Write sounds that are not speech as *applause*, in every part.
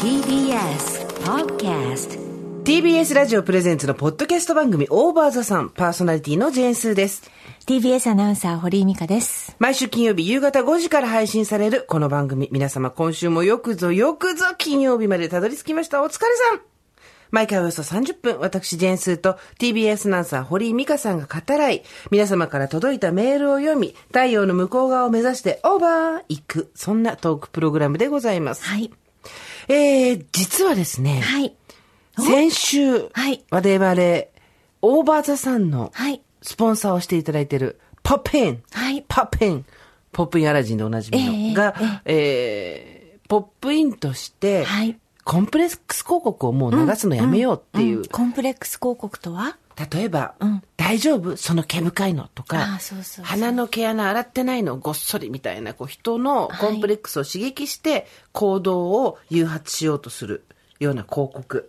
TBS Podcast TBS ラジオプレゼンツのポッドキャスト番組オーバーザさんパーソナリティのジェーンスーです。 TBS アナウンサー堀井美香です。毎週金曜日夕方5時から配信されるこの番組、皆様今週もよくぞよくぞ金曜日までたどり着きました。お疲れさん毎回およそ30分、私ジェーンスーと TBS アナウンサー堀井美香さんが語らい、皆様から届いたメールを読み、太陽の向こう側を目指してオーバー行く、そんなトークプログラムでございます。はい。えー、実はですね、はい。先週、はい我々、オーバーザさんのはい。スポンサーをしていただいている、ポッペン、はいポッペン、ポップインアラジンでおなじみのが、えーポップインとして、はいコンプレックス広告をもう流すのやめようっていう、うんコンプレックス広告とは例えば、大丈夫その毛深いのとかあーそうそうそう鼻の毛穴洗ってないのごっそりみたいなこう人のコンプレックスを刺激して行動を誘発しようとするような広告、はい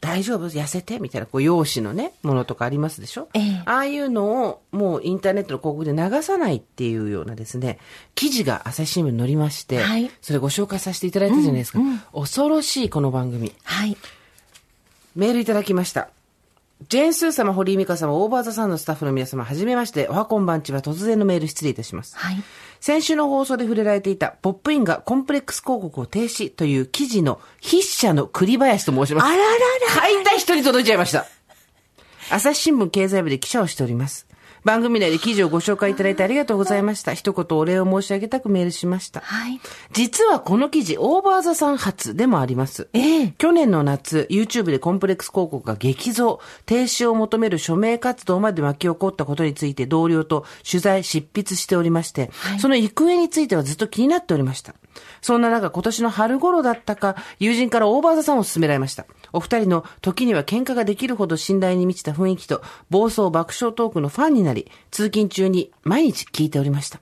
大丈夫痩せてみたいなこう容姿のねものとかありますでしょ、ええああいうのをもうインターネットの広告で流さないっていうようなですね記事が朝日新聞に載りまして、はいそれご紹介させていただいたじゃないですか、恐ろしいこの番組はい。メールいただきました。ジェーンスー様、堀井美香様、オーバーザさんのスタッフの皆様、はじめまして、おはこんばんちは突然のメール失礼いたします。はい。先週の放送で触れられていた、ポップインがコンプレックス広告を停止という記事の筆者の栗林と申します。あららら書いた人に届いちゃいました。朝日新聞経済部で記者をしております。番組内で記事をご紹介いただいてありがとうございました。一言お礼を申し上げたくメールしました。はい。実はこの記事、オーバーザさん発でもあります。ええ去年の夏、YouTube でコンプレックス広告が激増、停止を求める署名活動まで巻き起こったことについて同僚と取材、執筆しておりまして、その行方についてはずっと気になっておりました。そんな中、今年の春頃だったか、友人からオーバーザさんを勧められました。お二人の時には喧嘩ができるほど信頼に満ちた雰囲気と、暴走爆笑トークのファンになり、通勤中に毎日聞いておりました。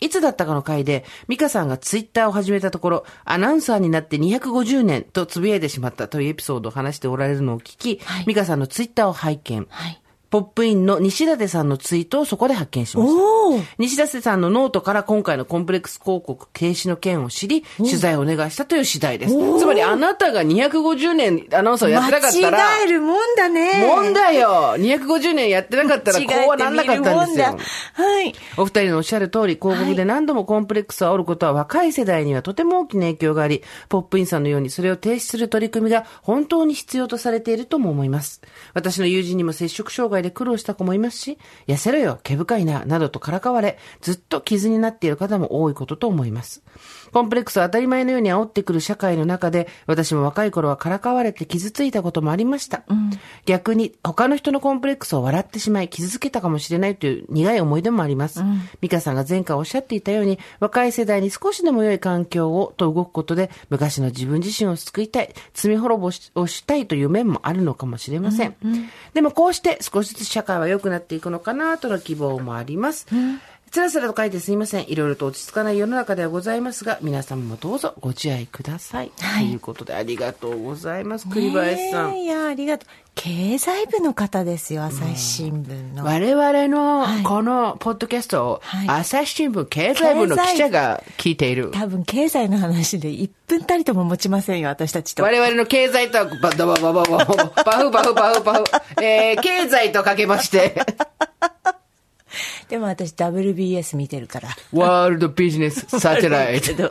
いつだったかの回で、ミカさんがツイッターを始めたところ、アナウンサーになって250年とつぶやいてしまったというエピソードを話しておられるのを聞き、はいミカさんのツイッターを拝見。はい。ポップインの西舘さんのツイートをそこで発見しました。おお。西舘さんのノートから今回のコンプレックス広告停止の件を知り、取材をお願いしたという次第です。つまりあなたが250年アナウンサーをやってなかったら、間違えるもんだね。もんだよ !250 年やってなかった間ら違えてみるもんだ。こうはなんなかったんですよ。はい。お二人のおっしゃる通り、広告で何度もコンプレックスを煽ることは若い世代にはとても大きな影響があり、ポップインさんのようにそれを停止する取り組みが本当に必要とされているとも思います。私の友人にも接触障害で苦労した子もいますし、痩せろよ、毛深いな、などとからかわれ、ずっと傷になっている方も多いことと思います。コンプレックスを当たり前のように煽ってくる社会の中で、私も若い頃はからかわれて傷ついたこともありました。逆に、他の人のコンプレックスを笑ってしまい、傷つけたかもしれないという苦い思い出もあります。美香さんが前回おっしゃっていたように、若い世代に少しでも良い環境をと動くことで、昔の自分自身を救いたい、罪滅ぼしをしたいという面もあるのかもしれません。でもこうして少しずつ社会は良くなっていくのかなとの希望もあります。つらつらと書いてすいません。いろいろと落ち着かない世の中ではございますが、皆様もどうぞご自愛ください。はいということで、ありがとうございます。栗林さん。ねえいや、ありがとう。経済部の方ですよ、朝日新聞の。我々はのいこのポッドキャストをはい朝日新聞経済部の記者が聞いている。多分経済の話で1分たりとも持ちませんよ、私たちと。我々の経済とは、バババババババフバフバフバフ、えー、経済とかけまして、 *laughs* でも私 WBS 見てるから。ワールドビジネスサテライト。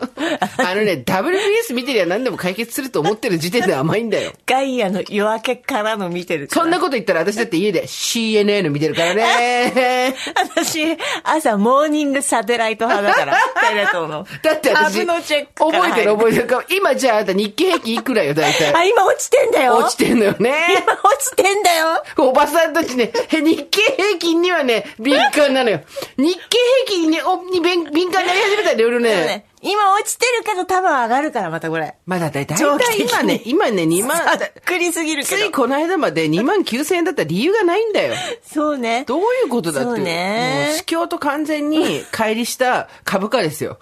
あのね、WBS 見てりゃ何でも解決すると思ってる時点で甘いんだよ。ガイアの夜明けからの見てるから。そんなこと言ったら私だって家で CNN 見てるから *laughs* ね。私、朝、モーニングサテライト派だから、テレ東の。 *laughs* だって株私、のチェックから覚えてる入覚えてるか。今じゃああなた日経平均いくらよ、大あ、体。今落ちてんだよ落ちてんのよね。今落ちてんだよおばさんたちね、へ日経平均にはね、敏感なのよ。日経平均に,、ね、おに敏敏感になり始めたんだよ、俺でもね。ね今落ちてるけど多分上がるから、またこれ。まだだいたい長期的に今ね、今ね、2万ざ、っくりすぎるけつど。いこの間まで2万9000円だった理由がないんだよ。そうね。どういうことだって。そうねもう、市況と完全に乖離した株価ですよ。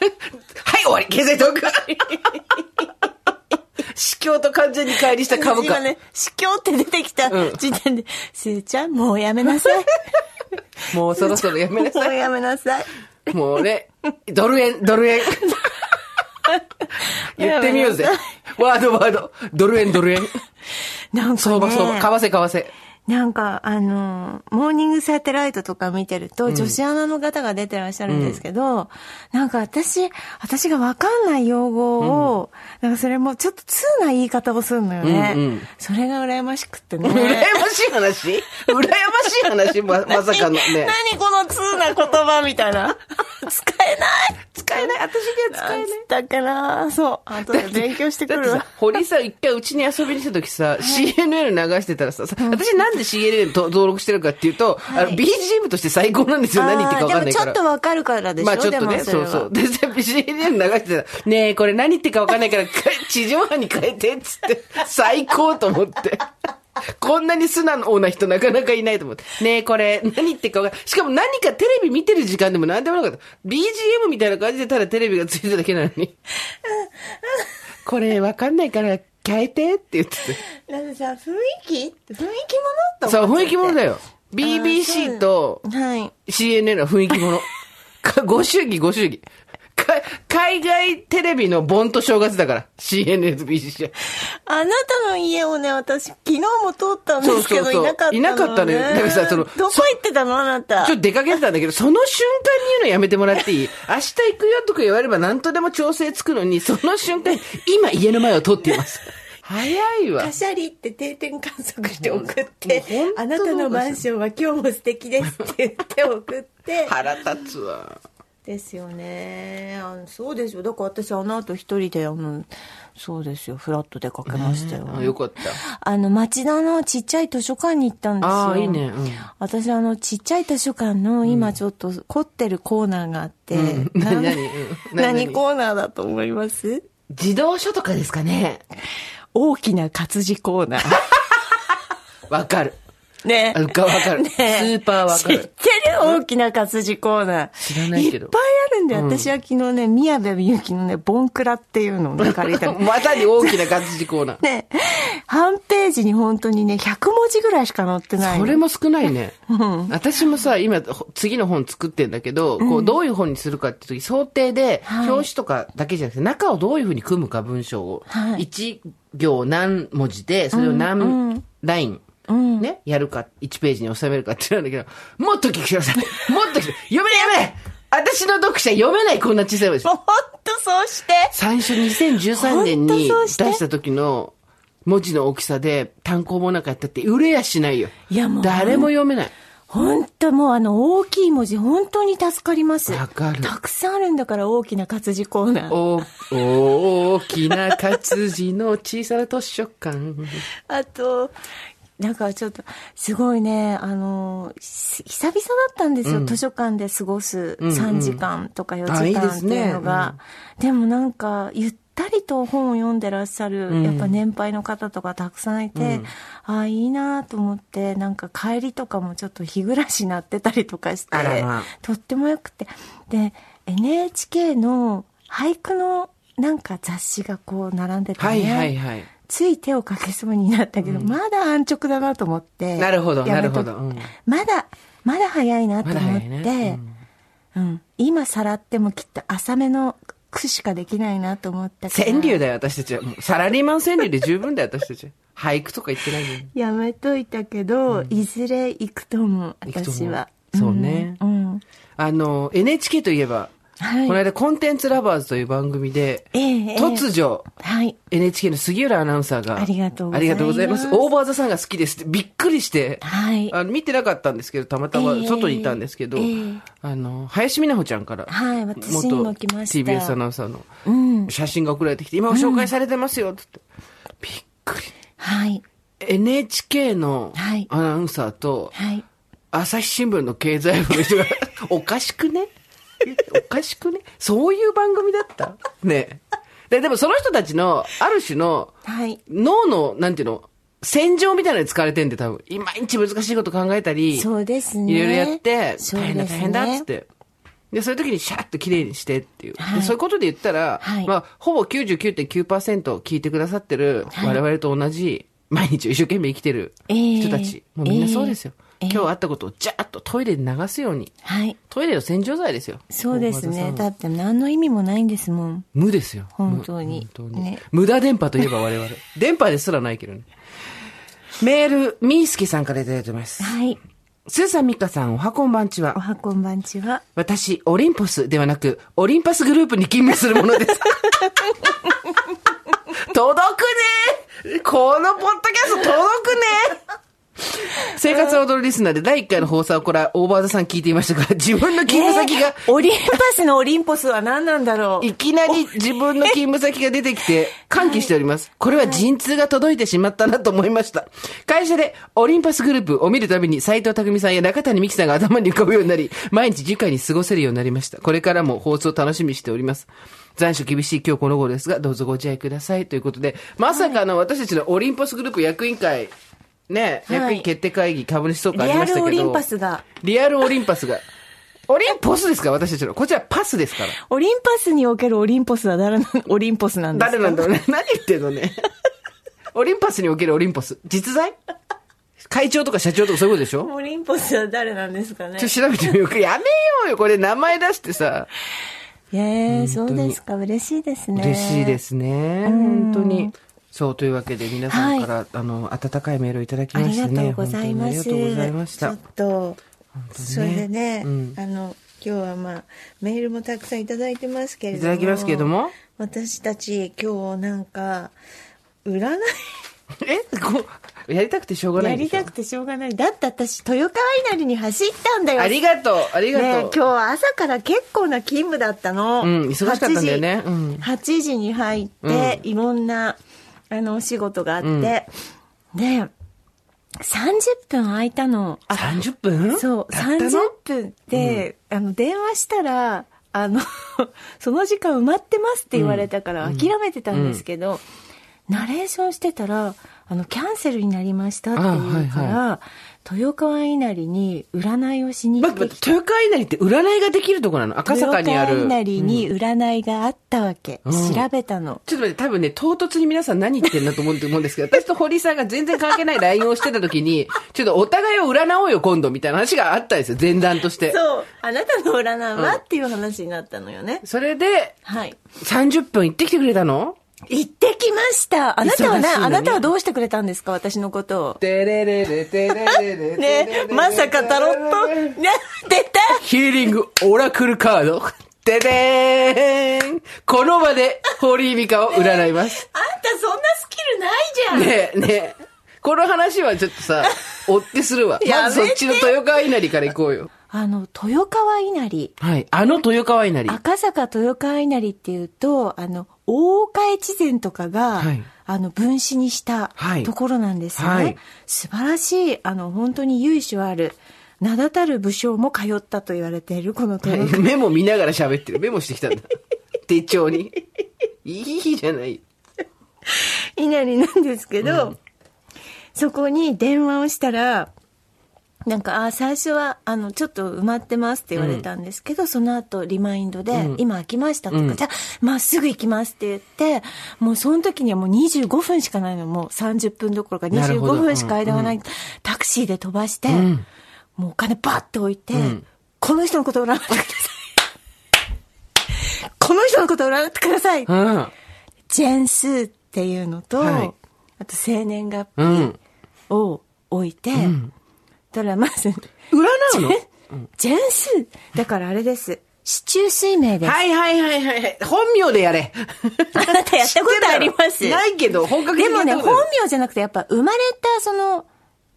*laughs* はい、終わり経済 *laughs* トーク市況と完全に乖離した株価今。ね、死境って出てきたうん時点で、すーちゃん、もうやめなさ *laughs* い。もうそろそろやめなさいもうやめなさい。 *laughs* もうね、ドル円、ドル円。言ってみようぜ。ワードワード。ドル円ドル円。なんか、ね、相場相場。為替為替。なんか、あの、モーニングサテライトとか見てると、女子アナの方が出てらっしゃるんですけど、なんか私、私がわかんない用語を、なんかそれもちょっと通な言い方をするのよね。うんうんそれが羨ましくってね。羨ましい話羨ましい話ま、まさかのね。何この通な言葉みたいな。使えない使えない。私には使えない。だから、そう。後で勉強してくるだってわさ。堀さん一回うちに遊びに来た時さ、CNL 流してたらさ、さ私なんで CNL と登録してるかっていうと、あの、BGM として最高なんですよ。何言ってるかわかんないから。あーでもちょっとわかるからでしょ、まあちょっとでね、もそうれはそう。 *laughs* で、さ CNL 流してたら、ねえ、これ何言ってるかわかんないから、 *laughs* か地上波に変えて、っつって、 *laughs* 最高と思って。こんなに素直な人なかなかいないと思って。ねえ、これ、何言ってるかわかんない。しかも何かテレビ見てる時間でも何でもなかった。BGM みたいな感じでただテレビがついてただけなのに。 *laughs* これわかんないから変えてって言ってて。だってさ、雰囲気雰囲気ものとそう、思っ雰ちゃって囲気者だよ。あ BBC ーとはい。 CNN は雰囲気 *laughs* 者。かご祝儀、ご祝儀。か海外テレビの盆と正月だから。CNN と BBC は。あなたの家をね、私、昨日も通ったんですけど、そうそうそういなかったの、ね。いなかったのよだからさそのどこ行ってたのあなた。ちょっと出かけてたんだけど、その瞬間に言うのやめてもらっていい明日行くよとか言われれば何とでも調整つくのに、その瞬間に、今家の前を通っています。 *laughs* 早いわカ。シャリって定点観測して送ってもうもう本、当あなたのマンションは今日も素敵ですって言って送って。腹立つわ。ですよね。あのそうですよ。だから私、あの後一人で、あの、そうですよ。フラット出かけましたよ。あよかった。あの、町田のちっちゃい図書館に行ったんですよ。ああ、いいね。うん私、あの、ちっちゃい図書館の、今ちょっと凝ってるコーナーがあって、うんなん何うん何何コーナーだと思います自動書とかですかね。大きな活字コーナー。わかる。ねあ。かわかる。ねスーパーわ知かってるる。大きな活字コーナー。知らないけどいっぱいあるんで、私は昨日ね、宮部みゆきのね、ボンクラっていうのをね、借り *laughs* たの。まさに大きな活字コーナー。ね、半ページに本当にね、100文字ぐらいしか載ってないの。*laughs* それも少ないね。私もさ、今、ほ次の本作ってんだけど、こう、どういう本にするかって時、想定で、はい表紙とかだけじゃなくて、中をどういうふうに組むか、文章を。はい一行何文字で、それを何ライン。ね、やるか、1ページに収めるかってなんだけど、もっと聞 *laughs* きなさい。もっと聞き、読めない、読めない私の読者読めない、こんな小さい文字。もう本当そうして。最初2013年にほんとそうし出てした時の文字の大きさで単行もなかったって売れやしないよ。いやもう誰も読めない。本当もうあの大きい文字本当に助かります。わかるたくさんあるんだから大きな活字コーナー。お、大きな活字の小さな図書館。あと、なんかちょっと、すごいね、あの、ひ久々だったんですよ、図書館で過ごす3時間とか4あ時いいで間っすてねいうのが。でもなんか、ゆったりと本を読んでらっしゃる、やっぱ年配の方とかたくさんいて、ああ、いいなと思って、なんか帰りとかもちょっと日暮らしなってたりとかして、あらまあとってもよくて。で、NHK の俳句のなんか雑誌がこう並んでて、ね、はいはいはい。つい手をかけそうになったけど、まだ安直だなと思って。なるほど、やなめるとほど。うんまだ、まだ早いなと思って、まだ早いねうん、今さらってもきっと浅めの句しかできないなと思ったから。川柳だよ、私たちは。もうサラリーマン川柳で十分だよ、私たちは。俳句とか言ってない *laughs* よ。やめといたけど、いずれ行くと思う、行くと思う私は。そうねうん。うんあの、NHK といえば、はいこの間コンテンツラバーズという番組で、ええええ突如、はい。 NHK の杉浦アナウンサーが、ありがとうございますありがとうございます。オーバーザさんが好きですってびっくりして、はい。あの見てなかったんですけど、たまたまええ外にいたんですけど、ええあの、林美奈穂ちゃんから、はい私にも来ました元 TBS アナウンサーのうん。写真が送られてきて、今紹介されてますよ、つって。びっくり。はい。 NHK のはいアナウンサーと、はい。朝日新聞の経済部 *laughs* の人が、おかしくねおかしくねそういう番組だったねえで、でもその人たちの、ある種の、はい。脳の、なんていうの、戦場みたいなのに使われてんで、多分。いまいち難しいこと考えたり、そうですね。いろいろやって、そう大で変だ、大すね変だ、っつって。で、そういう時にシャーッと綺麗にしてっていう。ではいそういうことで言ったら、はいまあ、ほぼ99.9%聞いてくださってる、はい我々と同じ、毎日を一生懸命生きてるええ人たち。もうみんなそうですよ。今日あったことをジャーッとトイレで流すように。はい。トイレを洗浄剤ですよ。そうです大ね和。さだんって何の意味もないんですもん。無ですよ。本当に無本当にね無駄電波といえば我々。 *laughs* 電波ですらないけどね。メール、みーすけさんからいただいてます。はい。スーさん、みかさん、おはこんばんちおは。はこんばんちは。私、オリンポスではなく、オリンパスグループに勤務するものです。 *laughs* 届くねこのポッドキャスト届くね生活踊るリスナーで第1回の放送はこれはオーバーザさん聞いていましたから、自分の勤務先がえ、ーオリンパスのオリンポスは何なんだろういきなり自分の勤務先が出て *laughs* きて、歓喜しております。これは陣痛が届いてしまったなと思いました。会社でオリンパスグループを見るたびに斎藤匠さんや中谷美紀さんが頭に浮かぶようになり、毎日愉快に過ごせるようになりました。これからも放送を楽しみにしております。残暑厳しい今日この頃ですが、どうぞご自愛ください。ということで、まさかの私たちのオリンパスグループ役員会、ね、はい役員決定会議株主総会あリりアましたルけど。オリンパスが。リアルオリンパスが。オリンポスですか私たちの。こちらパスですから。オリンパスにおけるオリンポスは誰な *laughs* の、オリンポスなんですか誰なんだろうね。 *laughs* 何言ってんのね。オリンパスにおけるオリンポス。実在会長とか社長とかそういうことでしょオリンポスは誰なんですかねちょっと調べてみようか。やめようよ。これ名前出してさ。ええ、そうですか。嬉しいですね。嬉しいですね。本当に。そう、というわけで皆さんから、あの、温かいメールをいただきあまりしたがね。とうございます。本当にありがとうございましちょたっ。と、当ねそれでね、うんあの、今日はまあ、メールもたくさんいただいてますけれいども。ただきますけれど。も。私たち、今日なんか、占い、えこうやりたくてしょうがなやいでりしょたくてしょうがない。だって私、豊川稲荷に走ったんだよ。ありがとう、ありがとう。ねえ今日は朝から結構な勤務だったの。うん忙しかったんだよ8ね時うん8時に入って、いろんな、あの、お仕事があって、で、30分空いたの。 30分そう、たったの30分で、あの、電話したら、あの、 *laughs* その時間埋まってますって言われたから諦めてたんですけど、ナレーションしてたら、あの、キャンセルになりましたっていうから、あ豊川稲荷に占いをしに行待っってて待っきて、た。豊川稲荷って占いができるとこなの赤坂にある。豊川稲荷に占いがあったわけ。うん調べたの。ちょっと待って、多分ね、唐突に皆さん何言ってんだと思うと思うんですけど、私と堀さんが全然関係ない LINE をしてた時に、ちょっとお互いを占おうよ、今度、みたいな話があったんですよ、前段として。そう、あなたの占いはっていう話になったのよね。それで、はい。 30分行ってきてくれたの行ってきましたあなたは忙しいな、のにあなたはどうしてくれたんですか私のことを。てれれれ、てれれれ。ねまさかタロット、ね、出たヒーリングオラクルカード。ででーんこの場で、堀井美香を占います。あんたそんなスキルないじゃんねえ、ねえ。この話はちょっとさ、追ってするわ。やまめずてそっちの豊川稲荷から行こうよ。あの、豊川稲荷。はい。あの豊川稲荷。赤坂豊川稲荷っていうと、あの、大岡越前とかが、はいあの、分子にしたはいところなんですね。はい素晴らしい、あの、本当に由緒ある、名だたる武将も通ったと言われている、この豊川はいメモ見ながら喋ってる。メモしてきた *laughs* んだ。手帳に。いいじゃない。稲荷なんですけど、そこに電話をしたら、なんか、あ最初は、あの、ちょっと埋まってますって言われたんですけど、その後、リマインドで、今空きましたとか、じゃあ、まっすぐ行きますって言って、もうその時にはもう25分しかないの、もう30分どころかなる25ほど分しか間がない、タクシーで飛ばして、もうお金バッと置いて、この人のことを占ってください。 *laughs* この人のことを占ってくださいうん。ジェンスーっていうのと、はいあと生年月うん。日を置いて、たらまず、占うのジェンスーだからあれです。市中水明です。はいはいはいはいはい。本名でやれ。あなたやったことありますないけど、本格的でにやもね、ったこ本とない名じゃなくてやっぱ生まれたその、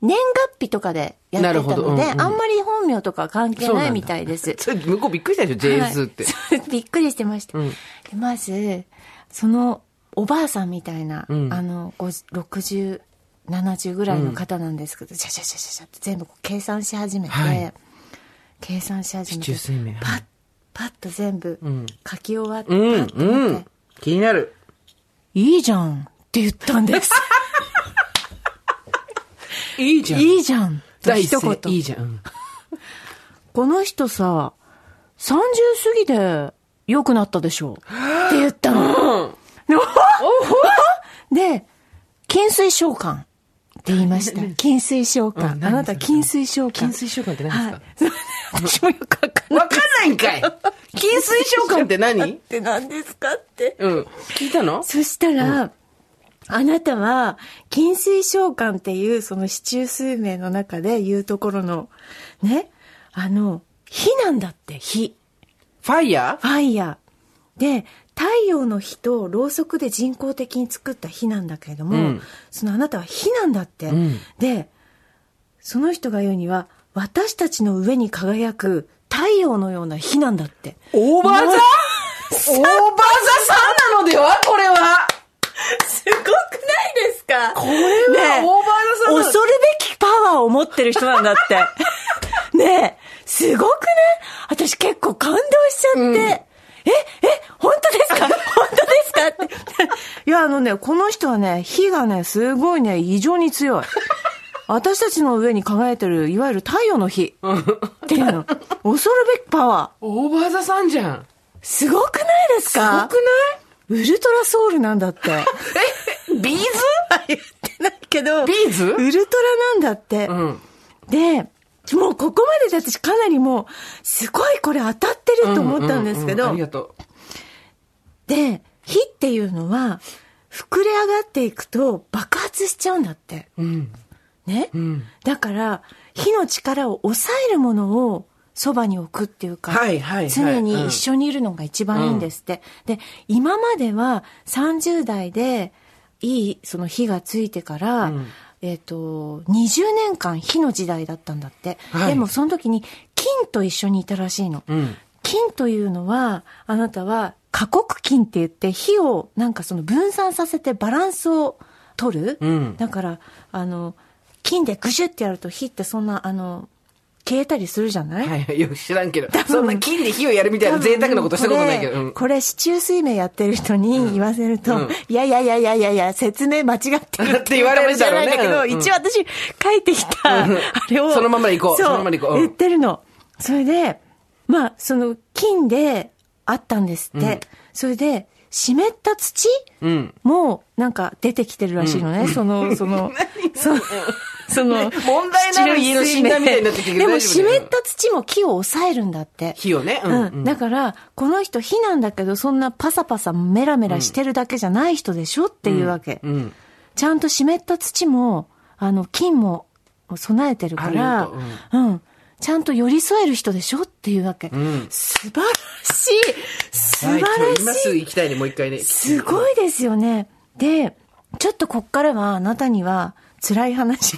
年月日とかでやってたなるほどうのんうで、んあんまり本名とか関係そうななんだいみたいです。それ向こうびっくりしたでしょ、はい JS って。 *laughs* そうびっくりしてました、うんでまずそのおばあさんみたいな、んあの6070ぐらいの方なんですけど、シャシャシャシャシャって全部こう計算し始めて、はい計算し始め市中て水明パッパッと全部書き終わって、うパん、ッと見てうん。気になる。いいじゃんって言ったんですい *laughs* いじゃん。いいじゃんと第一一声言いいじゃん。この人さ、30過ぎで良くなったでしょって言 *laughs* ったの。で、おほで、金水召喚っって言いました。筋水症感。うんあなた、筋水症感。筋水症感って何ですかはい。私もよくわかんない。わかんないんかい筋水症感って *laughs* 何って何ですかって。うん。聞いたのそしたら、あなたは、金水召喚っていう、その市中数名の中で言うところの、ね、あの、火なんだって、火。ファイヤファイヤー。で、太陽の火とろうそくで人工的に作った火なんだけれども、うんそのあなたは火なんだって。んで、その人が言うには、私たちの上に輝く太陽のような火なんだって。ーオーバーザオーバーザさんなのではこれはすごくないですかこれはオーバーザさんだ恐るべきパワーを持ってる人なんだ *laughs* って。ねえ、すごくね私結構感動しちゃって。え、え、本当です *laughs* か本当ですかって。 *laughs* いや、あのね、この人はね、火がね、すごいね、異常に強い。私たちの上に輝いてる、いわゆる太陽の火っていうの。恐るべきパワー。オーバーザさんじゃん。すごくないですすごかくないウルトラソウルなんだって。え、ビーズ *laughs* 言ってないけど。ビーズウルトラなんだって。うん。で、もうここまでで私かなりもう、すごいこれ当たってると思ったんですけど、うううんありがとで、火っていうのは、膨れ上がっていくと爆発しちゃうんだって。う。うん。ね、うん。だから、火の力を抑えるものをそばに置くっていうか、はいはいはい常に一緒にいるのが一番いいんですって。で、今までは30代でいいその火がついてから、んえっ、と、20年間火の時代だったんだって。はいでもその時に金と一緒にいたらしいの。うん。金というのは、あなたは過酷金って言って火をなんかその分散させてバランスを取る。うん。だから、あの、金でグシュってやると火ってそんな、あの、消えたりするじゃない、はいはい、よく知らんけど。多分そんな金で火をやるみたいな多分贅沢なことしたことないけど。こうれんこれ、市中水明やってる人に言わせると、うんいやいやいやいやいやいや、説明間違ってる *laughs* って言われ言われるだろうねるじゃないんだけど、うん一応私書いてきた、あれを。そのままでいこうそそのままでいこううん言ってるの。それで、まあ、その、金であったんですって。うんそれで、湿った土うん。もう、なんか出てきてるらしいのね。そ *laughs* の、その、その、その、問題なる家の診断みたいになってきたけど。でも大丈湿夫だよった土も木を抑えるんだって。火をね。うんう。うんん。だから、この人火なんだけど、そんなパサパサメラメラしてるだけじゃない人でしょっていうわけ。うん。ちゃんと湿った土も、あの、菌も備えてるから、うん、ちゃんと寄り添える人でしょっていうわけ。ん素晴らしい素は晴い、今今らしすいぐ行きたいね、もう一回ね。すごいですよね。で、ちょっとこっからはあなたには辛い話。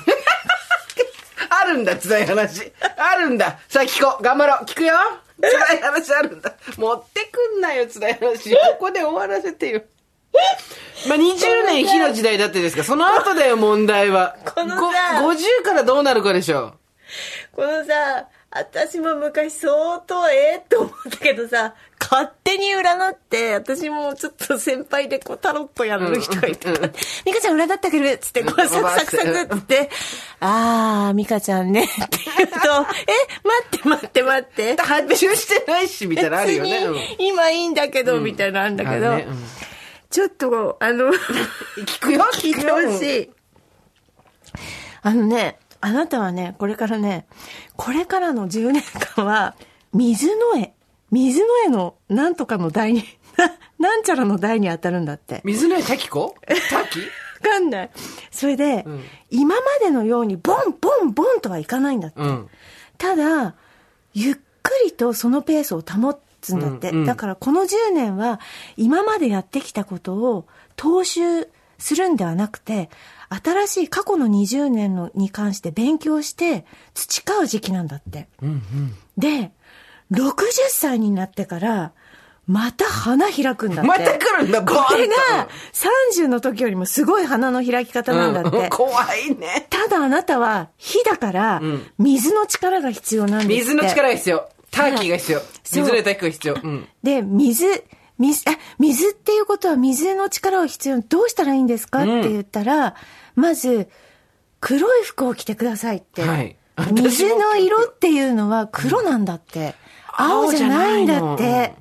あるんだ、辛い話。あるんだ。さあ聞こう。頑張ろう。聞くよ。辛い話あるんだ。持ってくんなよ、辛い話。ここで終わらせてよ。まあ、20年火の時代だってですか。その後だよ、問題は。このさご50からどうなるかでしょこのさ、私も昔相当ええって思ったけどさ、勝手に占って、私もちょっと先輩でこうタロットやる人がいて、うんうんうんミカちゃん占ってあげるっつって、こううんサクサクサクっつって、あー、ミカちゃんねって言うと、え、待って待って待って *laughs* う。。発注してないし、みたいなのあるよね。うん別に今いいんだけど、みたいなのあんだけど、あるねうんちょっとこう、あの、聞くよ、聞くよ。よしい。あのね、あなたはね、これからね、これからの10年間は、水の絵、水の絵のなんとかの台に、 *laughs* ななんちゃらの台に当たるんだって。水の絵滝子滝わかんない。それで、ん今までのようにボンボンボンとはいかないんだって。うん。ただ、ゆっくりとそのペースを保つんだって。うんうんだからこの10年は今までやってきたことを踏襲するんではなくて、新しい過去の20年のに関して勉強して培う時期なんだって。で、60歳になってから、また花開くんだって。また来るんだ、こボーンとれが30の時よりもすごい花の開き方なんだって。うん怖いね。ただあなたは火だからん、水の力が必要なんです水って。の力が必要。滝が必要。そう水の絵滝が必要。うん。で、水、水、あ、水っていうことは水の力を必要、どうしたらいいんですか、んって言ったら、まず、黒い服を着てくださいって。はい私も水の色っていうのは黒なんだって。青じゃないんだ青っじゃないての。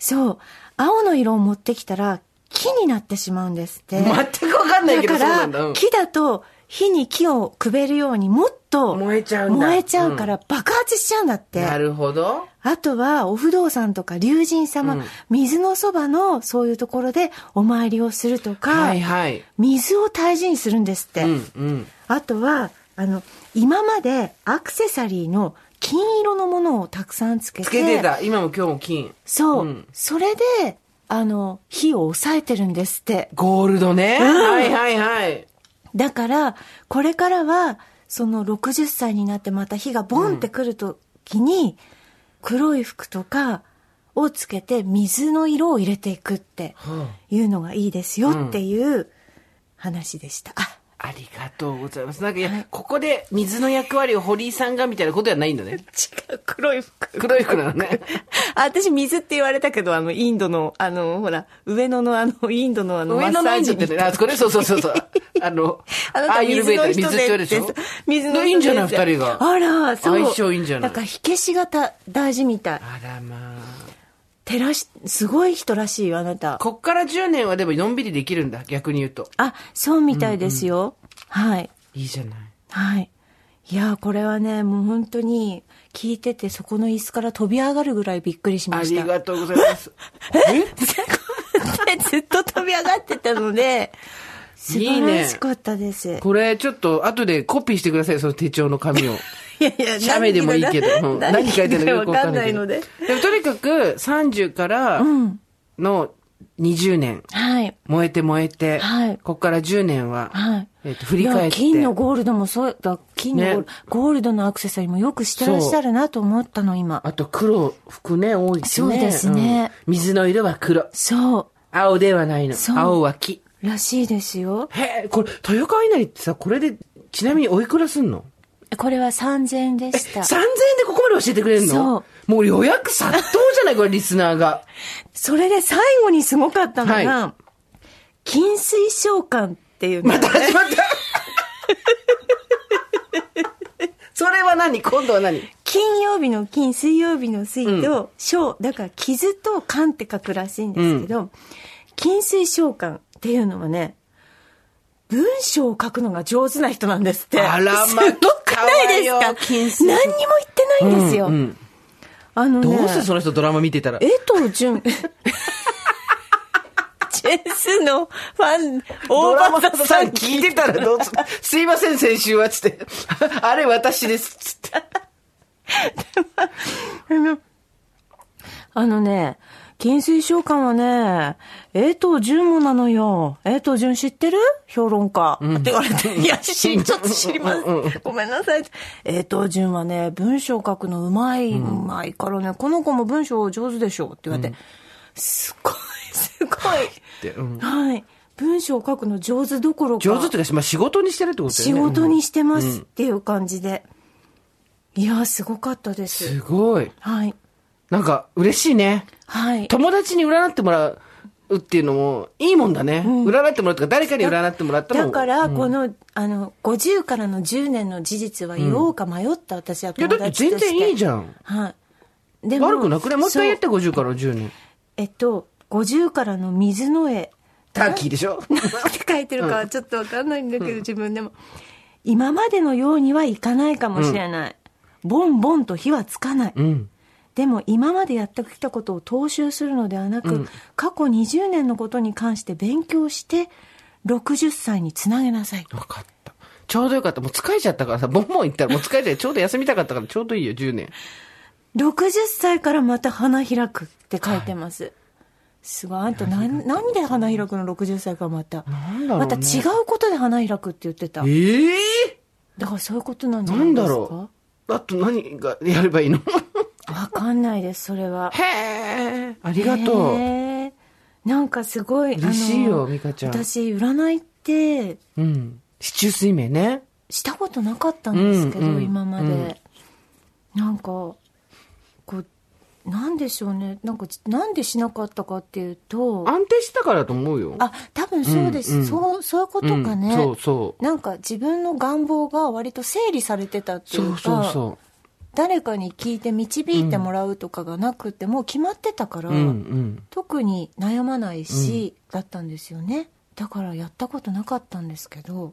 そう。青の色を持ってきたら、木になってしまうんですって。全くわかんないけどだかそうならんだうん木だと火に木をくべるようにもっと燃えちゃうんだ燃えちゃうから爆発しちゃうんだって。なるほど。あとは、お不動さんとか龍神様、うん水のそばのそういうところでお参りをするとか、はいはい。水を大事にするんですって。うんうん。あとは、あの、今までアクセサリーの金色のものをたくさんつけて、つけてた。今も今日も金。そう、うんそれで、あの、火を抑えてるんですって。ゴールドね。はいはいはい。だから、これからは、その60歳になってまた火がボンってくるときに、黒い服とかをつけて水の色を入れていくってはいうのがいいですよっていう話でした。あ、ありがとうございます。なんか、いや、ここで水の役割を堀井さんがみたいなことではないんだ *laughs* ね。違う、黒い服。 *laughs* 黒い服なのね。あ私水って言われたけど、あの、インドの、あの、ほら、上野のあの、インドのあの、マ *laughs* 上野ッサのイーンドジってにね、あそこね、そうそう *laughs* そうそう。あの、あなた水のアーユルベーダで人水って言われるでしょで水の人いいんじゃないです二人が。あら、そう。相性いいんじゃないだから、火消しがた大事みたい。あらま照らし、すごい人らしいよ、あなあ。た。こっから10年はでものんびりできるんだ、逆に言うと。あ、そうみたいですよ。はい。いいじゃない。はい。いやー、これはね、もう本当に、聞いてて、そこの椅子から飛び上がるぐらいびっくりしあましりた。がとうございます。 *laughs* えずっと飛び上がってたので、素 *laughs* いいね晴らしかったです。これ、ちょっと、後でコピーしてください、その手帳の紙を。いやいや写メでもいいけど、うん何書いてるのかよくわかんないけど。ので。でもとにかく、30からうん。の20年、はい。燃えて燃えて、はいこっから10年は、はい。えっと振り返っいやて。金のゴールドもそうだ、金のゴールねド、ゴールドのアクセサリーもよくしてらっしゃるなと思ったの、今。あと黒、服ね、多いですね。そうですねうん水の色は黒。そ青ではないのそ。う青は木。う。らしいですよ。へえ、これ、豊川稲荷ってさ、これで、ちなみにおいくらすんのこれは3000円でえ、した。 3000円でここまで教えてくれるの。そうもう予約殺到じゃないこれ、リスナーが。それで最後にすごかったのはが、金水召喚っていうのまた始まった。それは何今度は何金曜日の金、水曜日の水と、小、だから傷と寒って書くらしいんですけど、金水小寒っていうのはね、文章を書くのが上手な人なんですって。あらますごくないかわいいよで金すか水何にも言ってないんですよ。うんうんあのね、どうしてその人ドラマ見てたら。江藤淳。ジェスのファン、ド大ラ場さマんさん聞いてたらどうすすいません、先週は、つ *laughs* って。あれ、私です、つって。あのね、金水召喚はね、江藤淳もなのよ。江藤淳知ってる評論家。って言われて、いや、知ちょっと知ります。ごめんなさい。江藤淳はね、文章書くのうまい、うまいからね、この子も文章上手でしょって言われて、すごい、すごてい。うんはい。文章書くの上手どころか。上手っていうか、まあ、仕事にしてるってことだ仕よね。事にしてますっていう感じで。いや、すごかったですす。ごい。はい。なんか、嬉しいね。はい。友達に占ってもらうっていうのも、いいもんだね。占ってもらうとか、誰かに占ってもらったのだも。から、この、あの、50からの10年の事実は言おうか迷った、私はいや、友だっ達てと全して。然いいじゃん。ゃん。はい。で悪くなくね。もう一回やって、そう50から10年。えっと、50からの水の絵。ターキーでしょって書いてるかはちょっとわかんないんだけど、自分でも。今までのようにはいかないかもしれない。ボンボンと火はつかない。うん。でも今までやってきたことを踏襲するのではなく、過去20年のことに関して勉強して、60歳につなげなさい。わかった。ちょうどよかった。もう疲れちゃったからさ、ボンボン行ったらもう疲れて、ちょうど休みたかったからちょうどいいよ、10年。 60歳からまた花開くって書いてます、すごいあんた何何で花開くの60歳からまたなんだろまうねた違うことで花開くって言ってたええだからそういうことなんじゃなないんでだすかろう。あと何がやればいいのわかんないですそれはへえ。ありがとう。へーなんかすごい嬉しいよあの美香ちゃん私占いってうん。市中水明ね。したことなかったんですけど、うんうん今まうでん、なんかこうなんでしょうねなんかなんでしなかったかっていうと安定してたからだと思うよ。あ、多分そうです。うんうんそう、そういうことかね。うんそうそう。なんか自分の願望が割と整理されてたっていそううか、そうそ誰かに聞いて導いてもらうとかがなくて、もう決まってたから、うんうん特に悩まないし、だったんですよねだからやったことなかったんですけど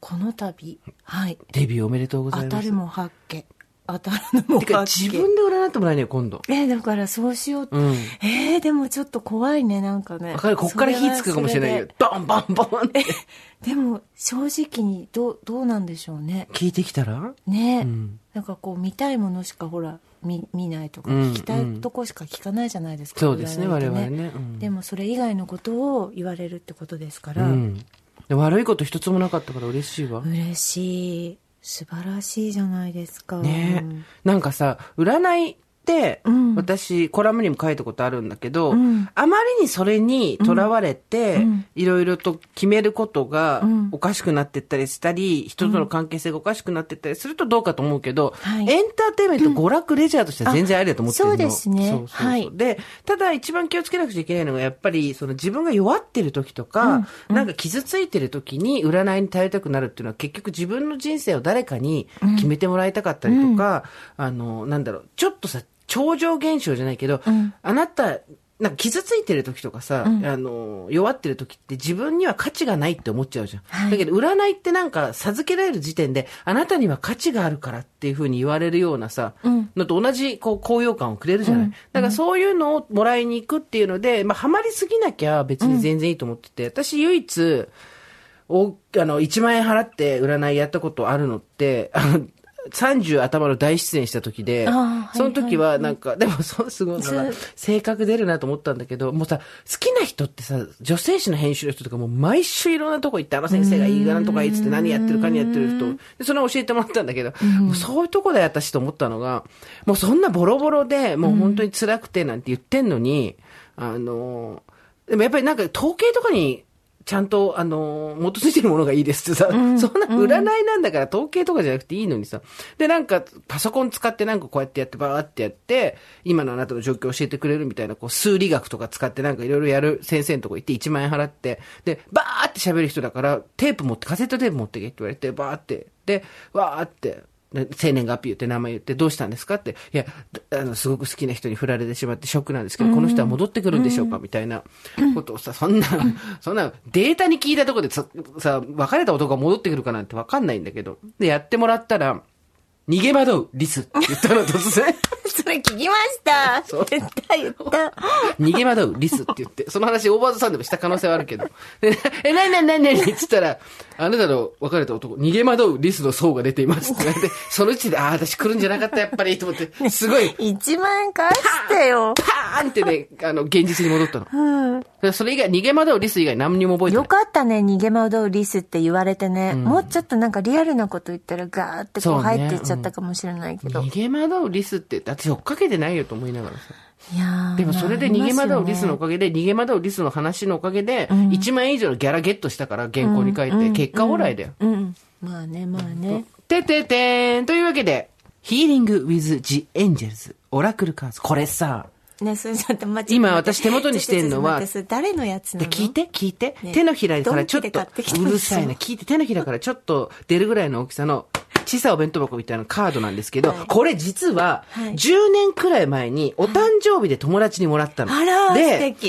この度はいデビューおめでとうござい当ますたるも八卦当たるのもてか八自卦分で占ってもらえねえよ今度えだからそうしようって、うんえーでもちょっと怖いねなんかねわかるこっから火つくかもしれないよバンバンバン *laughs* ってそれはそれででも正直にどうどうなんでしょうね聞いてきたらね、うんなんかこう見たいものしかほら見見ないとか、うん聞きたいとこしか聞かないじゃないですか、そうですね我我々々ってね、うんでもそれ以外のことを言われるってことですから、うんで悪いこと一つもなかったから嬉しいわ嬉しい素晴らしいじゃないですかねなんかさ占いって、うん私コラムにも書いたことあるんだけど、うんあまりにそれにとらわれて、うんいろいろと決めることがうんおかしくなってったりしたり、人との関係性がおかしくなってったりするとどうかと思うけど、はいエンターテインメント、娯楽、レジャーとしては全然ありだと思ってるのあそうですねそうそうそうはいで、ただ一番気をつけなくちゃいけないのが、やっぱり、その自分が弱ってる時とか、なんか傷ついてる時に占いに頼りたくなるっていうのは、結局自分の人生を誰かに決めてもらいたかったりとか、あの、なんだろう、ちょっとさ、超常現象じゃないけど、あなた、なんか傷ついてる時とかさ、あの、弱ってる時って自分には価値がないって思っちゃうじゃん。はいだけど、占いってなんか授けられる時点で、あなたには価値があるからっていうふうに言われるようなさ、のと同じこう高揚感をくれるじゃない。だからそういうのをもらいに行くっていうので、まあ、ハマりすぎなきゃ別に全然いいと思ってて、私唯一、お、あの、1万円払って占いやったことあるのって、あの、30頭の大出演した時で、あーはいその時はなんか、でもそう、すごいなんかず性格出るなと思ったんだけど、もうさ、好きな人ってさ、女性誌の編集の人とかもう毎週いろんなとこ行って、あの先生がいいがなんとかいいっつって何やってるかにやってる人、でそれを教えてもらったんだけど、もうそういうとこで私と思ったのが、もうそんなボロボロで、もう本当に辛くてなんて言ってんのに、あの、でもやっぱりなんか統計とかに、ちゃんと、あの、基づいてるものがいいですってさ、 *laughs* そんな占いなんだから統計とかじゃなくていいのにさ。で、なんか、パソコン使ってなんかこうやってやってバーってやって、今のあなたの状況を教えてくれるみたいな、こう、数理学とか使ってなんかいろいろやる先生のとこ行って1万円払って、で、バーって喋る人だから、テープ持って、カセットテープ持ってけって言われて、バーって、で、わーって、ね生年月日言って名前言ってどうしたんですかって、いや、だあの、すごく好きな人に振られてしまってショックなんですけど、この人は戻ってくるんでしょうかみたいなことをさ、そんな、そんなデータに聞いたところでさ、さ、別れた男が戻ってくるかなんてわかんないんだけど、で、やってもらったら、逃げ惑うリスって言ったの突然。それ聞きました *laughs* そう絶対言った逃げ惑うリスって言って、その話、オーバーズさんでもした可能性はあるけど。でえ、なになになになにって言ったら、あなたの別れた男、逃げ惑うリスの層が出ていますって言われて、そのうちで、ああ、私来るんじゃなかった、やっぱり、と思って、すごい、 1万円返してよパーンってね、あの、現実に戻ったの。それ以外、逃げ惑うリス以外何にも覚えてなよい。かったね、逃げ惑うリスって言われてね、もうちょっとなんかリアルなこと言ったらガーってこそううね入ってっちゃったかもしれないけど。逃げ惑うリスって、私追っかけてないよと思いながらさ。いやーでもそれで逃げ惑うリスのおまかげで、逃げ惑うリスの話のおかげで、1万円以上のギャラゲットしたから、原稿に書いて、結果オーライだよ。ありますよねうん。まあね、まあね。てててーんというわけで、ヒーリング・ウィズ・ジ・エンジェルズ、オラクル・カーズ。これさ、ね、それちょっと待って。今私手元にしてんのはちょっと待ってそれ誰のやつなでの聞いて、聞いて、ね手のひらからちょっドンキで買とってきた、んうですよるさいな、聞いて、手のひらからちょっと出るぐらいの大きさの、小さいお弁当箱みたいなカードなんですけど、はいこれ実は、はい10年くらい前に、お誕生日で友達にもらったの。あらー、素で、敵。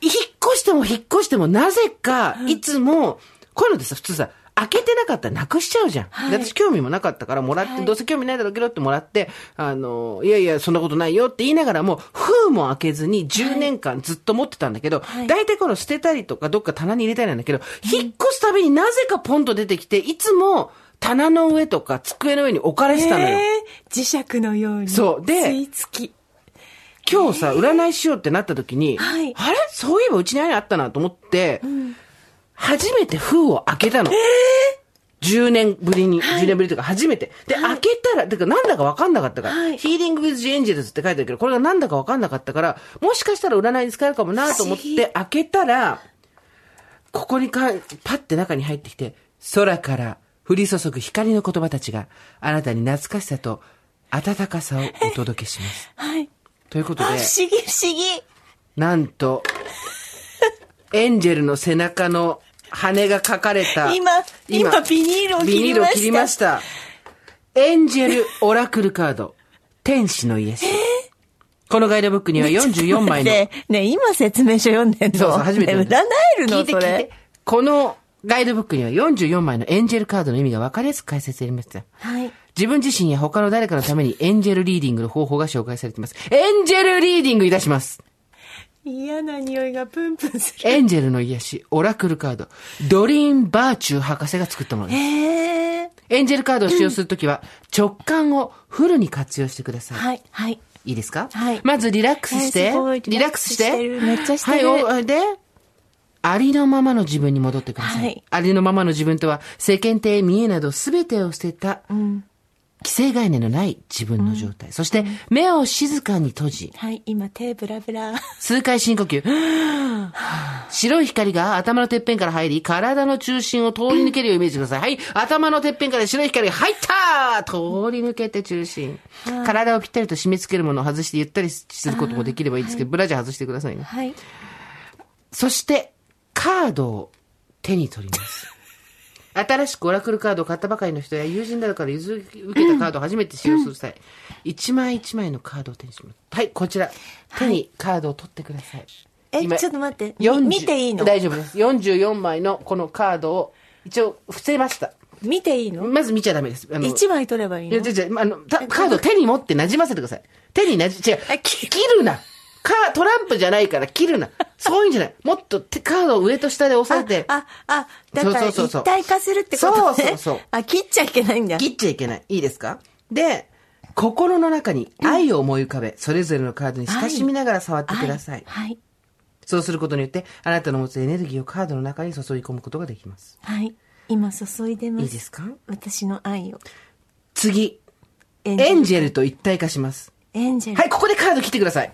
引っ越しても引っ越してもなぜか、いつも、こういうのってさ、普通さ、開けてなかったらなくしちゃうじゃん。はいで私興味もなかったからもらって、はいどうせ興味ないだろうけどってもらって、あの、いやいや、そんなことないよって言いながらも、封も開けずに10年間ずっと持ってたんだけど、はい大体この捨てたりとかどっか棚に入れたりなんだけど、引っ越すたびになぜかポンと出てきて、いつも棚の上とか机の上に置かれてたのよ。えー磁石のように。そうで吸い付き。今日さ、占いしようってなった時に、はいあれそういえばうちにあれあったなと思って、初めて封を開けたの。10年ぶりに、10年ぶりというか初めて。で、開けたら、てかなんだかわかんなかったから、はいヒーリング・ウィズ・ジ・エンジェルズって書いてあるけど、これがなんだかわかんなかったから、もしかしたら占いに使えるかもなと思っ不思議て開けたら、ここにか、パッて中に入ってきて、空から降り注ぐ光の言葉たちが、あなたに懐かしさと温かさをお届け *laughs* します。はい。ということあ、不で、思議不思議。なんと、エンジェルの背中の羽が描かれた。今、今ビニールをビ切ニりールをました。切りました。エンジェルオラクルカード。天使のイエス。このガイドブックには44枚の。ねね、今説明書読んでんの。そうそう初めてね読んだ占えるの聞いてそ聞いれて。。このガイドブックには44枚のエンジェルカードの意味が分かりやすく解説されました。はい。自分自身や他の誰かのためにエンジェルリーディングの方法が紹介されています。エンジェルリーディングいたします。嫌な匂いがプンプンする。エンジェルの癒し、オラクルカード、ドリーンバーチュー博士が作ったものです。へえ。エンジェルカードを使用するときは、直感をフルに活用してください。はい、はい。いいですかはいまずリラックスして、えーすごいリラックスしリラッて、クスしてるめっちゃしてるはい、おで、ありのままの自分に戻ってください。はいありのままの自分とは、世間体、見えなど全てを捨てた、既成概念のない自分の状態。そして、目を静かに閉じ、はい、今手ブラブラ。数回深呼吸。白い光が頭のてっぺんから入り、体の中心を通り抜けるようイメージしてください。はい。頭のてっぺんから白い光が入った通り抜けて中心。体をぴったりと締め付けるものを外してゆったりすることもできればいいですけど、ブラジャー外してくださいね。はい。そして、カードを手に取ります。新しくオラクルカードを買ったばかりの人や友人などから譲り受けたカードを初めて使用する際、一枚一枚のカードを手にします。はい、こちら。手にカードを取ってください。え、今ちょっと待って。 40み見ていいの大丈夫です。44枚のこのカードを一応伏せました。見ていいのまず見ちゃダメです。あの一枚取ればいいいや、の違う違う、まああの、たカードを手に持ってなじませてください。手になじ、違う。切るなカートランプじゃないから切る *laughs* な。そういうんじゃない。もっと手カードを上と下で押さえて、あ、あ、だからそうそうそうそう一体化するってことね。そうそうそうあ、切っちゃいけないんだ。切っちゃいけない。いいですかで、心の中に愛を思い浮かべ、それぞれのカードに親しみながら触ってください。はい。そうすることによって、あなたの持つエネルギーをカードの中に注ぎ込むことができます。はい。今注いでます。いいですか私の愛を。次、エエンジェルと一体化します。エンジェル。はい、ここでカード切ってください。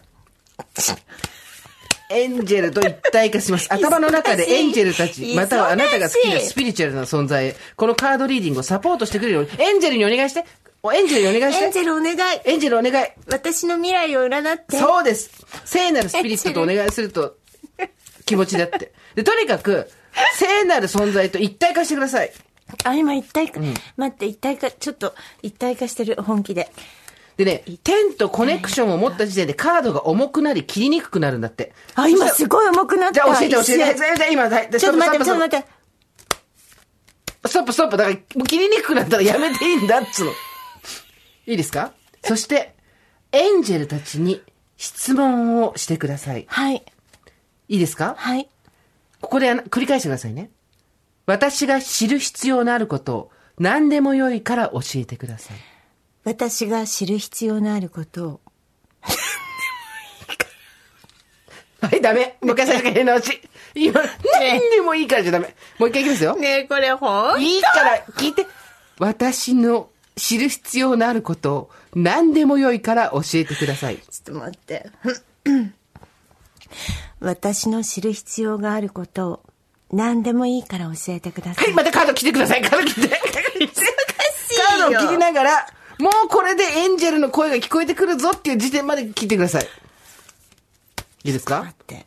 エンジェルと一体化し *laughs* ます。頭の中でエンジェルた忙しち、いまたはあなたが好きなスピリチュアルな存在へ、このカードリーディングをサポートしてくれるように、エンジェルにお願いして、おエンジェルにお願いして、エンジェルお願い。エンジェルお願い。私の未来を占って。そうです。聖なるスピリットとお願いすると、気持ちだって。で、とにかく、聖なる存在と一体化してください。あ、今一体化、待って、一体化、ちょっと、一体化してる、本気で。でね、天とコネクションを持った時点でカードが重くなり切りにくくなるんだって。あ、今すごい重くなった。じゃあ教えて教えて一瞬はい。はいはい今、はいちょっと待って、ちょっと待って。ストップストップ。だから、もう切りにくくなったらやめていいんだっつうの。いいですかそして、エンジェルたちに質問をしてください。はい、いいですかはい。ここであの繰り返してくださいね。私が知る必要のあることを何でもよいから教えてください。私が知る必要のあることを。はい、ダメ。もう一回最初からやり直し。 *laughs* 今、何でもいいからじゃダメ。もう一回いきますよ。ねこれ本いいから聞いて。私の知る必要のあることを何でもよいから教えてください。ちょっと待って。 *clears throat* 私の知る必要があることを、何でもいいから教えてくださ。はいい、またカード切ってください。カード切って。いよカードを切りながら、もうこれでエンジェルの声が聞こえてくるぞっていう時点まで切ってください。いいですか待って。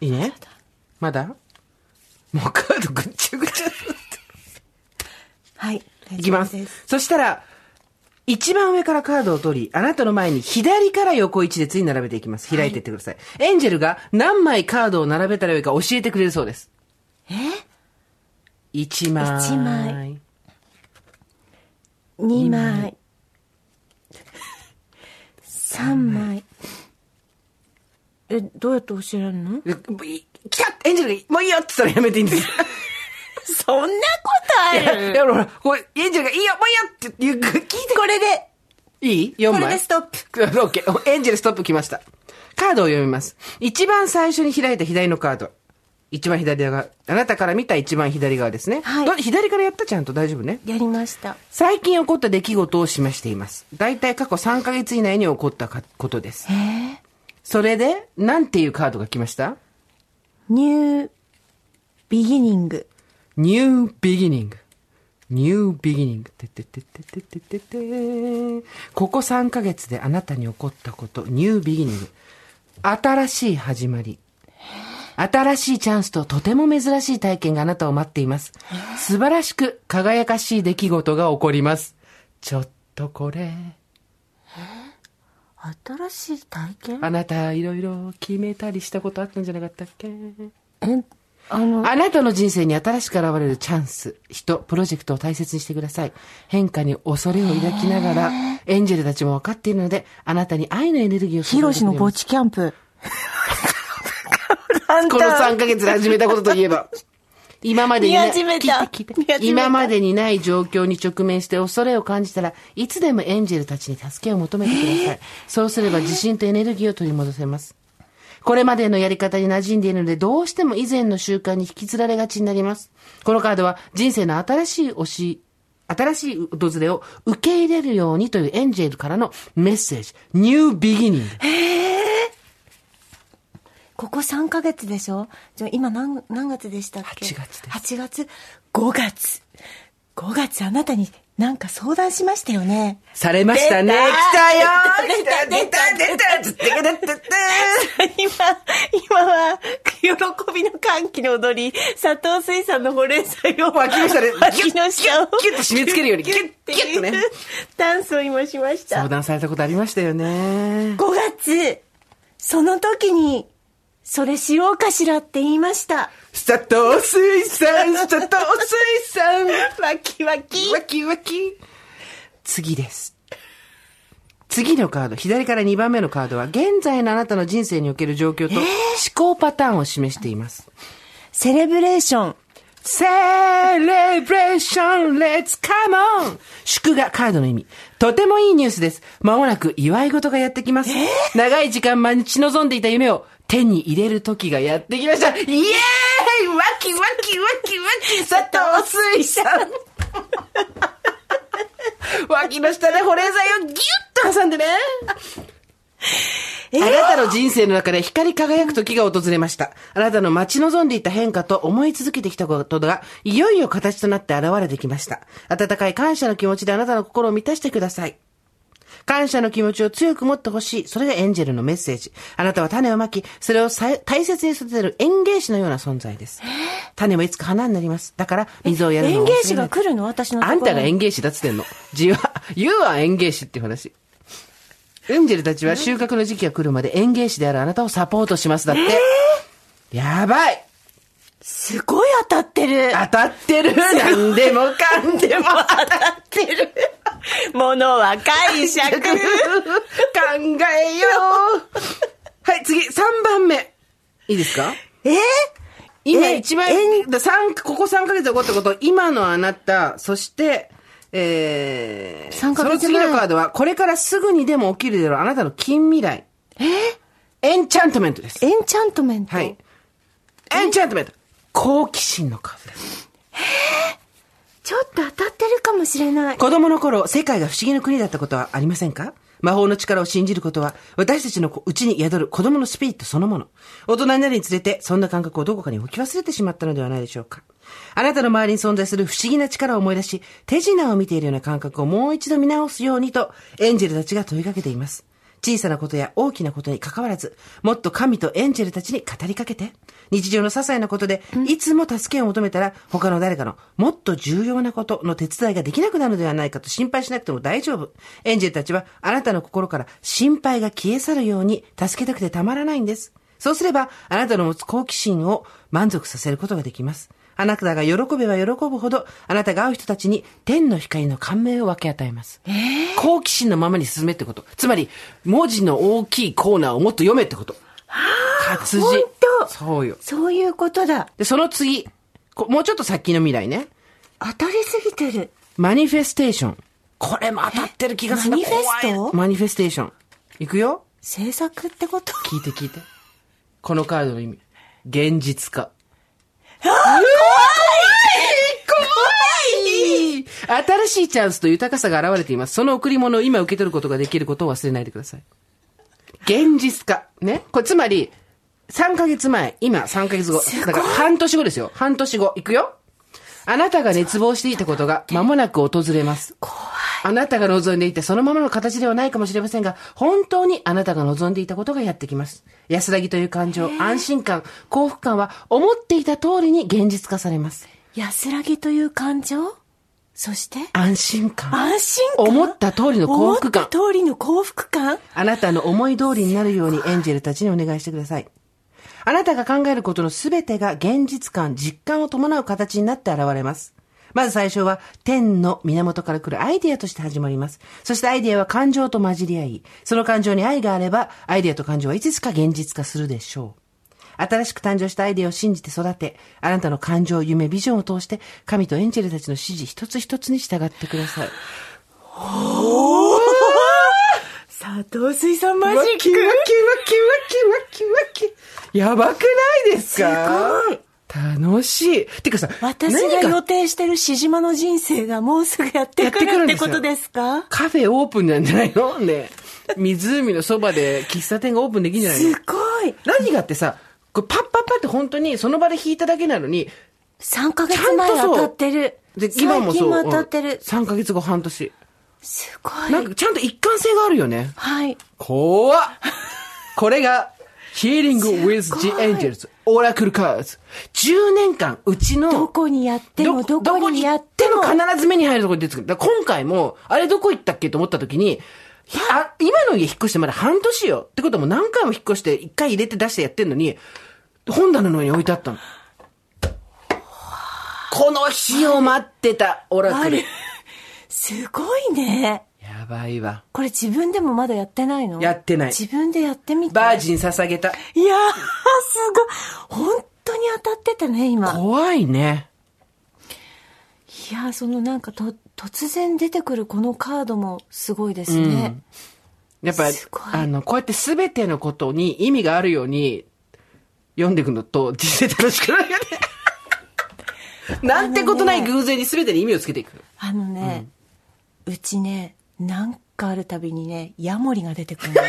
いいねまだもうカードぐっちゃぐちゃ。はい。いきます大丈夫です。。そしたら、一番上からカードを取り、あなたの前に左から横一列に並べていきます。開いていってください。エンジェルが何枚カードを並べたらよいか教えてくれるそうです。え ?1 枚。一枚。2枚。3枚。え、どうやって教えられるのでい来たエンジェルが、もういいよって言ったらやめていいんですよ。そんなことあるいや、ほら、これ、エンジェルが、いいよ、もういいよって言う、聞いて。これで、いい ?4 枚。これでストップ。 *laughs* オッケー。エンジェルストップ来ました。カードを読みます。一番最初に開いた左のカード。一番左側。あなたから見た一番左側ですね。はいど左からやったちゃんと大丈夫ね。やりました。最近起こった出来事を示しています。大体過去3ヶ月以内に起こったかことです。それで、なんていうカードが来ましたニュー、ビギニング。ニュービギニング。ニュービギニング。ててててててててここ3ヶ月であなたに起こったこと、ニュービギニング。新しい始まり。新しいチャンスととても珍しい体験があなたを待っています。素晴らしく輝かしい出来事が起こります。ちょっとこれ、新しい体験あなたいろいろ決めたりしたことあったんじゃなかったっけえ、あの、あなたの人生に新しく現れるチャンス、人、プロジェクトを大切にしてください。変化に恐れを抱きながら、エンジェルたちも分かっているので、あなたに愛のエネルギーを注ヒいでロシのくれま墓す地キャン *laughs* プ。この3ヶ月で始めたことといえば。 *laughs* 今までにな見始めた聞いて見聞いて始めた今までにない状況に直面して恐れを感じたらいつでもエンジェルたちに助けを求めてください。そうすれば自信とエネルギーを取り戻せます。これまでのやり方に馴染んでいるので、どうしても以前の習慣に引きずられがちになります。このカードは人生の新しい推し、新しい訪れを受け入れるようにというエンジェルからのメッセージ、ニュービギニング。ここ3ヶ月でしょじゃあ今何、何月でしたっけ8月です8月 ?5 月。5月あなたになんか相談しましたよね。 *laughs* されましたね。出た来たよ出た出た出た出た出た出た今、今は、喜びの歓喜の踊り、佐藤水産の保冷剤を、脇の下で脇の下を、ギュッギュッギュッと締め付けるようにギュッギュッとね。ダンスを今しました。相5談されたことありましたよね。月、その時に、それしようかしらって言いま *laughs* した。佐藤水産、佐藤水産、わきわき。わきわき。次です。次のカード、左から2番目のカードは、現在のあなたの人生における状況と思考パターンを示しています。セレブレーション。セレブレーション、レッツカモン祝賀カードの意味。とてもいいニュースです。まもなく祝い事がやってきます。長い時間待ち望んでいた夢を手に入れる時がやってきました。イエーイワキワキワキワキ佐藤水産脇の下で保冷剤をギュッと挟んでね。あなたの人生の中で光り輝く時が訪れました。あなたの待ち望んでいた変化と思い続けてきたことが、いよいよ形となって現れてきました。温かい感謝の気持ちであなたの心を満たしてください。感謝の気持ちを強く持ってほしい。それがエンジェルのメッセージ。あなたは種をまき、それをさえ大切に育てる園芸師のような存在です。種もいつか花になります。だから、水をやるの園を忘れない芸師が来るの私のとこあろにんたが園芸師だっつってんの。じわ、言うは園芸師っていう話。エンジェルたちは収穫の時期が来るまで園芸師であるあなたをサポートします。だって。やばいすごい当たってる。当たってる何でもかん *laughs* でも当たってる物は解釈。考えようはい、次、3番目。いいですか *laughs* えー今え一番、だ三ここ3ヶ月起こったこと、今のあなた、そして、えー、三ヶ月その次前のカードは、これからすぐにでも起きるであろうあなたの近未来。えエンチャントメントです。エンチャントメント。はい。エンチャントメント。好奇心のカードです。ちょっと当たってるかもしれない。子供の頃、世界が不思議な国だったことはありませんか魔法の力を信じることは、私たちのうちに宿る子供のスピリットそのもの。大人になるにつれて、そんな感覚をどこかに置き忘れてしまったのではないでしょうか。あなたの周りに存在する不思議な力を思い出し、手品を見ているような感覚をもう一度見直すようにと、エンジェルたちが問いかけています。小さなことや大きなことに関わらず、もっと神とエンジェルたちに語りかけて、日常の些細なことで、いつも助けを求めたら、他の誰かのもっと重要なことの手伝いができなくなるのではないかと心配しなくても大丈夫。エンジェルたちは、あなたの心から心配が消え去るように、助けたくてたまらないんです。そうすれば、あなたの持つ好奇心を満足させることができます。あなたが喜べば喜ぶほど、あなたが会う人たちに天の光の感銘を分け与えます。好奇心のままに進めってこと。つまり、文字の大きいコーナーをもっと読めってこと。活字。ほんとそうよ。そういうことだ。で、その次。こもうちょっと先の未来ね。当たりすぎてる。マニフェステーション。これも当たってる気がするな。えマニフェスト怖いマニフェステーション。いくよ。制作ってこと聞いて聞いて。このカードの意味。現実化。うわ怖い新しいチャンスと豊かさが現れています。その贈り物を今受け取ることができることを忘れないでください。現実化。ね。これつまり、3ヶ月前、今3ヶ月後。だから半年後ですよ。半年後。いくよ。あなたが熱望していたことが間もなく訪れます。怖い。あなたが望んでいたそのままの形ではないかもしれませんが、本当にあなたが望んでいたことがやってきます。安らぎという感情、安心感、幸福感は思っていた通りに現実化されます。安らぎという感情そして安心感。安心感思った通りの幸福感思った。通りの幸福感あなたの思い通りになるようにエンジェルたちにお願いしてください。あなたが考えることのすべてが現実感、実感を伴う形になって現れます。まず最初は天の源から来るアイディアとして始まります。そしてアイディアは感情と混じり合い、その感情に愛があれば、アイディアと感情はいつしか現実化するでしょう。新しく誕生したアイデアを信じて育て、あなたの感情、夢、ビジョンを通して、神とエンジェルたちの指示一つ一つに従ってください。佐藤水産マジックキワキワキワキワキワキ。やばくないですか楽しい。てかさ、私何がか予定してるしじまの人生がもうすぐやってくるってことですかカフェオープンなんじゃないのねえ湖のそばで喫茶店がオープンできんじゃないすのごい何がってさ、これパッパッパって本当にその場で弾いただけなのに、 3ヶち月ゃん前とそ当う。たってる。で、今もそう。最近も当たってる。 3ヶ月後半年。すごい。なんかちゃんと一貫性があるよね。はい。怖っこれが、ヒーリング with the angels, オラクルカーズ。10年間、うちの、どこにやっても、どこにやってもどこ、に行っても必ず目に入るところに出てくる。だから今回も、あれどこ行ったっけと思った時に、ひあ今の家引っ越してまだ半年よ。ってことはもう何回も引っ越して、一回入れて出してやってんのに、本棚の上に置いてあったの。この日を待ってた、オラクル。すごいね。やばいわ。これ自分でもまだやってないのやってない自分でやってみて。バージン捧げた。いやー、すごい。本当に当たってたね、今。怖いね。いやー、そのなんかと、突然出てくるこのカードもすごいですね。やっぱすごい、あの、こうやって全てのことに意味があるように読んでいくのと人生楽しくない *laughs* よね。なんてことない偶然に全てに意味をつけていく。あのね、うちね、なんかあるたびにね、ヤモリが出て *laughs* くるの。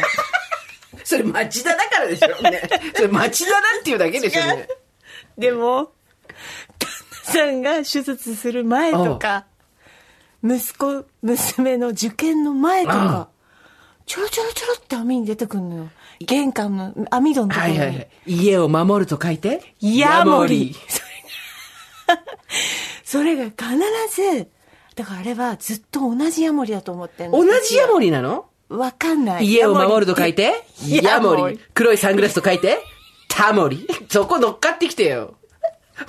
それ町田だからでしょ、ね、それ町田だっていうだけでしょ、ね。でも、さんが手術する前とか、息子、娘の受験の前とか、ちょろちょろちょろって網に出てくるのよ。玄関の網戸のとこはろいに。はいはい。家を守ると書いて。ヤモリ。それが *laughs* 必ず、だからあれはずっと同じヤモリだと思ってんの同じヤモリなのわかんない。家を守るとヤモリ書いってて。ヤ *laughs* ヤモリモリ。黒いサングラスと書いて。タモリ。そこ乗っかってきてよ。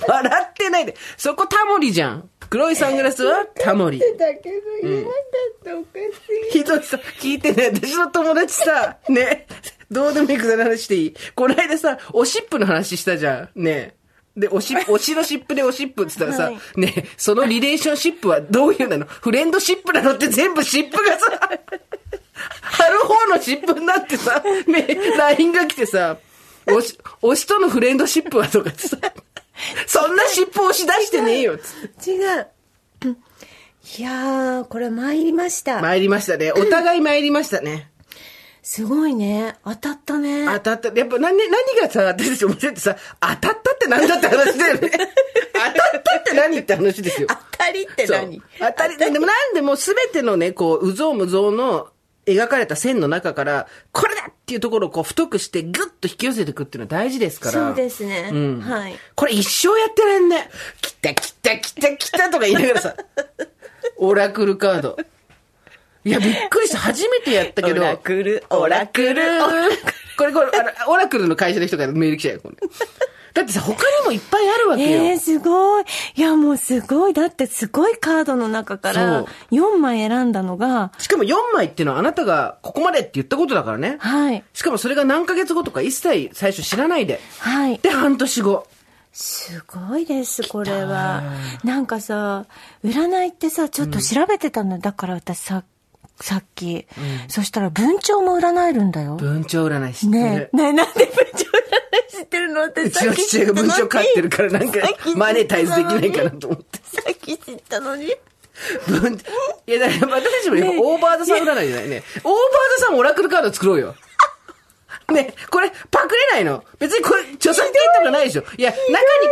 笑ってないで。そこタモリじゃん。黒いサングラスはタモリ。だけど言わなかったおかしい。ひどいさ、聞いてね、私の友達さ、ね、どうでもいいくだらない話していいこないださ、おしっぷの話したじゃん、ね。で、おし、おしのシップでおしっぷって言ったらさ、ね、そのリレーションシップはどういうなのフレンドシップなのって全部シップがさ、ある方のシップになってさ、ね、LINE が来てさ、おし、推しとのフレンドシップはとかってさ、そんなシップ押し出してねえよっつって。違う。いやー、これ参りました。参りましたね。お互い参りましたね。すごいね。当たったね。当たった。やっぱ何、何がさ、私たち面白いってさ、当たったって何だって話だよね。当たったって何って話ですよ。当たりって何そう当たり、でも何でも全てのね、こう、うぞうむぞうの描かれた線の中から、これだっていうところをこう太くしてグッと引き寄せていくっていうのは大事ですから。そうですね。うん。はい。これ一生やってらんね。来た来た来た来たとか言いなが *laughs* らさ、オラクルカード。いや、びっくりした。初めてやったけど。オラクルオラクルオラこれこれ、あのオラクルの会社の人からメール来ちゃうよ、これ。だってさ、他にもいっぱいあるわけよ。えー、すごい。いや、もうすごい。だってすごいカードの中からそ4枚選んだのが、しかも4枚っていうのはあなたがここまでって言ったことだからね。はい。しかもそれが何ヶ月後とか一切最初知らないで。はい。で、半年後。すごいです、これは。なんかさ、占いってさ、ちょっと調べてたの。だから私さ、さっき。そしたら文鳥も占えるんだよ。文鳥占い知ってる。ねえ。ねえ、なんで文鳥占い知ってるのってうさちっのき父親が文鳥飼ってるからなんかマネタイズできないかなと思って。さっき知ったのに。文いや、だから私たちも今オーバーザさん占いじゃないね。オーバーザさんオラクルカード作ろうよ。ね、これ、パクれないの。別にこれ、著作権とかないでしょ。いや、中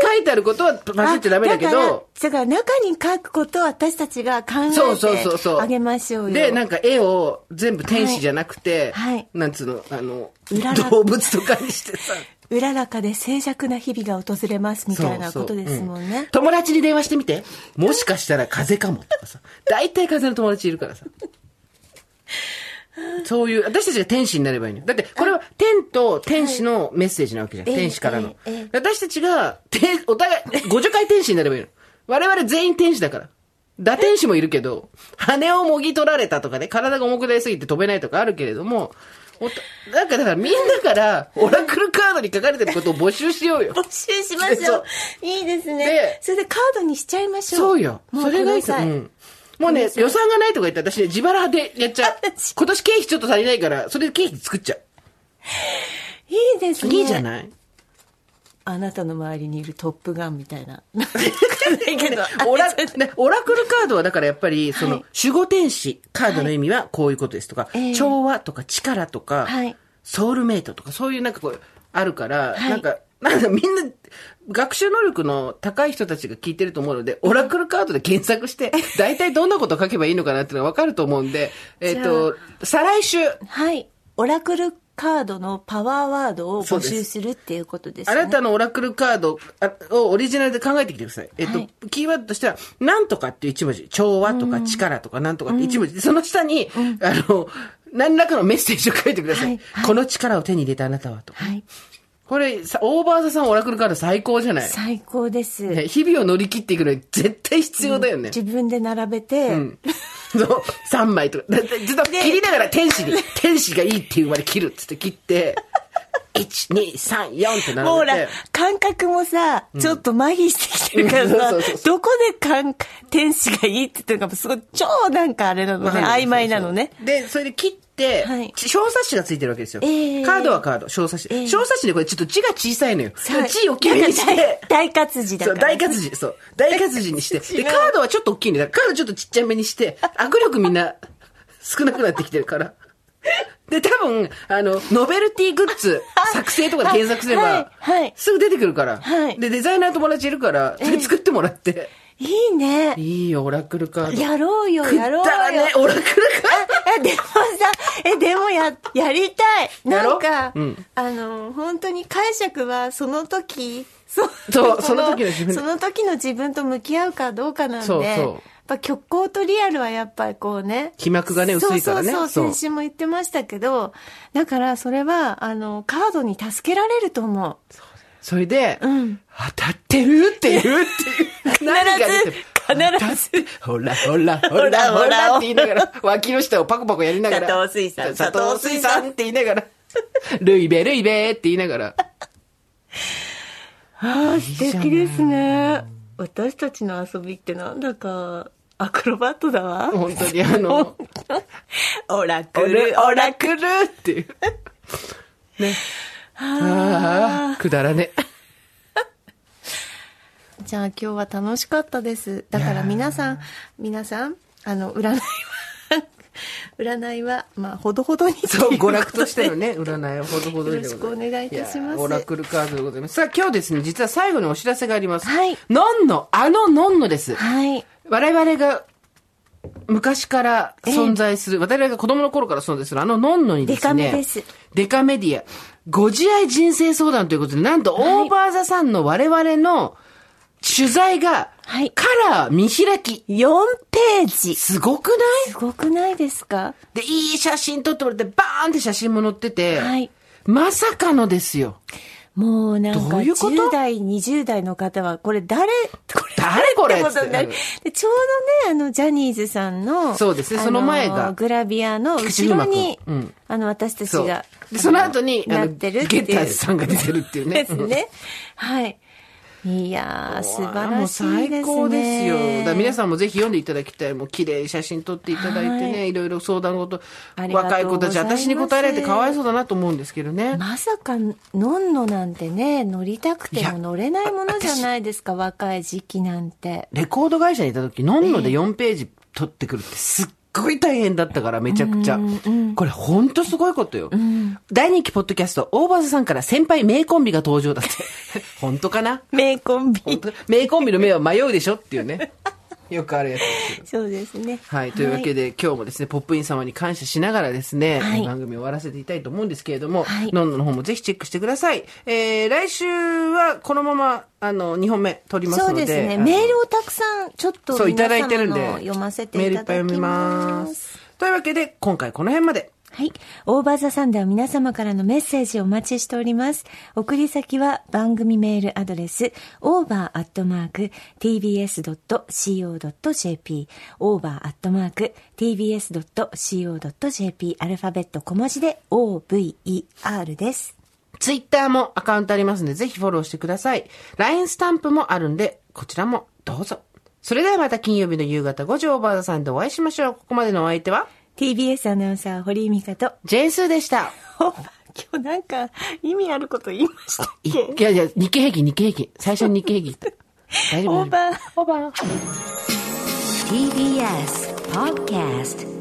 に書いてあることはパクっちゃダメだけど、あだから、だから中に書くことを私たちが考そうそうそうえそう。てあげましょうよ。で、なんか絵を全部天使じゃなくて、はいはいなんつうの、あのうら、ら動物とかにしてさ。うららかで静寂な日々が訪れますみたいなそうこそとうですもんうね。友達に電話してみて。もしかしたら風邪かもとかさ。大体風邪の友達いるから *laughs* さ。そういう、私たちが天使になればいいのよ。だって、これは天と天使のメッセージなわけじゃん。ええ天使からのえええ。私たちが、天お互い、50回天使になればいいの。我々全員天使だから。打天使もいるけど、羽をもぎ取られたとかね、体が重くなりすぎて飛べないとかあるけれども、おとなんかだからみんなから、オラクルカードに書かれてることを募集しようよ。募集しましそょうう。いいですねで。それでカードにしちゃいましょう。そうよ。もうそれがいいくださ。さういん。もうね、予算がないとか言ったら私ね、自腹でやっち *laughs* ゃう。今年経費ちょっと足りないから、それで経費作っちゃいいですう。ね。いいじゃないあなたの周りにいるトップガンみた *laughs* いな。わかんないけどオラねオラクルカードはだからやっぱり、その、はい守護天使、カードの意味はこういうことですとか、ええ調和とか力とか、はいソウルメイトとか、そういうなんかこう、あるかはら、いなんか、なんかみんな、学習能力の高い人たちが聞いてると思うので、オラクルカードで検索 *laughs* して、大体どんなこと書けばいいのかなっていうのがわかると思うんで、えっ、と、再来週、はい。オラクルカードのパワーワードを募集するっていうことですあね。なたのオラクルカードあをオリジナルで考えてきてください。えっと、はいキーワードとしては、なんとかっていう一文字。調和とか力とかなんとかって一文字。でその下に、あの、何らかのメッセージを書いてください。はいはいこの力を手に入れたあなたはと。はい。これ、さオーバーザさんオラクルカード最高じゃない、最高です。ね日々を乗り切っていくのに絶対必要だよね。自分で並べて、うん。そう、3枚とか。だってずっと切りながら天使に、天使がいいっていうまで切るっつって *laughs* 切って、1、2、3、4って並べて。もうほら、感覚もさ、ちょっと麻痺してきてるからさ、 *laughs* うんそうそうそうそどこで感天使がいいって言ってるかもすごい、超なんかあれなのわね、かんない曖昧なのね。。そうそうで、それで切って、はいち小冊子がついてるわけですよ。ええカードはカード、小冊子。ええ小冊子でこれちょっと字が小さいのよ。さあ字大きめにして。大 *laughs* 大活字だそから。う、大活字、そう。大活字にして。で、カードはちょっと大きいんだ。カードちょっとちっちゃめにして、握力みんな少なくなってきてるから。で、多分、あの、ノベルティグッズ作成とかで検索すれば、はいはいすぐ出てくるから。はいで、デザイナー友達いるから、それ作ってもらって。いいね。いいよ、オラクルカード。やろうよ、やろうよ。くだらねえ、オラクルカーえ、ド。でもさ、え、でもや、やりたい。やなろんか、うんあの、本当に解釈はその時、そそうその時の自分その時の自分と向き合うかどうかなんで、そうそうやっぱ虚構とリアルはやっぱりこうね。被膜がね薄いからねそうそうそそうう、先週も言ってましたけど、だからそれは、あの、カードに助けられると思う。それで、ん当たってるっていうっていう。何が出てる必ず、ほらほらほらほらって言いながら、脇の下をパコパコやりながら。佐藤水産佐藤水産って言いながら。ルイベルイベって言いながら。ああ、素敵ですね。私たちの遊びってなんだか、アクロバットだわ。本当にあの、オラオクル、オラクル。クルっていう。ね。ああ、くだらね。じゃあ今日は楽しかったです。だから皆さん、皆さん、あの、占いは、 *laughs* 占いは、まあ、ほどほどにそう、ってい娯こで楽としてのね、 *laughs* 占いをほどほどにでござまよすろしくお願いいたしますやーオラクルカードでございます。さあ、今日ですね、実は最後にお知らせがあります。はいのんの、あののんのです。はい。我々が昔から存在する、我々が子供の頃から存在するあののんのにですね。デカめです。デカメディア。ご自愛人生相談ということで、なんと、オーバーザさんの我々の取材が、はいカラー見開き。 4ページ。すすごくないごくないですかで、いい写真撮ってもらって、バーンって写真も載ってて、はいまさかのですよ。もうなんどか、ういうこと10代、20代の方は、これ誰、これ誰これってことになるつっでちょうどね、あの、ジャニーズさんの、そうですねその前があのグラビアの後ろに菊池風磨君うん、あの、私たちそうが。でその後に、あなの、ってゲるっていうッターズさんが出てるっていうね。ですね。はい。いやー、素晴もらうしいですね。最高ですよ。だから皆さんもぜひ読んでいただきたい。もう綺麗に写真撮っていただいてね、、はいろいろ相談事あ、りがとう若い子たち、ございます私に答えられてかわいそうだなと思うんですけどね。まさか、のんのなんてね、乗りたくても乗れないものじゃないですか、若い時期なんて。レコード会社にいた時、のんので4ページ撮ってくるってすっごい大変だったから、めちゃくちゃ。これほんとすごいことよ。大人気ポッドキャスト、大場さんから先輩名コンビが登場だって。 *laughs* 本当かな名コンビ。*laughs* 本当名コンビの名は迷うでしょっていうね。よくあるやつですけど。そうですね。はい。というわけで、今日もですね、ポップイン様に感謝しながらですね、番組を終わらせていたいと思うんですけれども、はいノンノの方もぜひチェックしてください。えー、来週はこのまま、あの、2本目取りますそのうで。ですね。あのメールをたくさん、ちょっとそう、いた皆だいて様るんので。読ませていただきます。メールいっぱい読みます。というわけで、今回この辺まで。はい。オーバーザさんでは皆様からのメッセージをお待ちしております。送り先は番組メールアドレス、over.tbs.co.jp、over.tbs.co.jp、アルファベット小文字で over です。ツイッターもアカウントありますので、ぜひフォローしてください。LINE スタンプもあるんで、こちらもどうぞ。それではまた金曜日の夕方5時オーバーザさんでお会いしましょう。ここまでのお相手は、 TBS アナウンサー、堀井美香と、ジェーンスーでした。今日なんか意味あること言いましたっいけいやいや、日経平均、日経平均。最初に日経平均言った。大丈夫オーバーオーバー。 TBS Podcast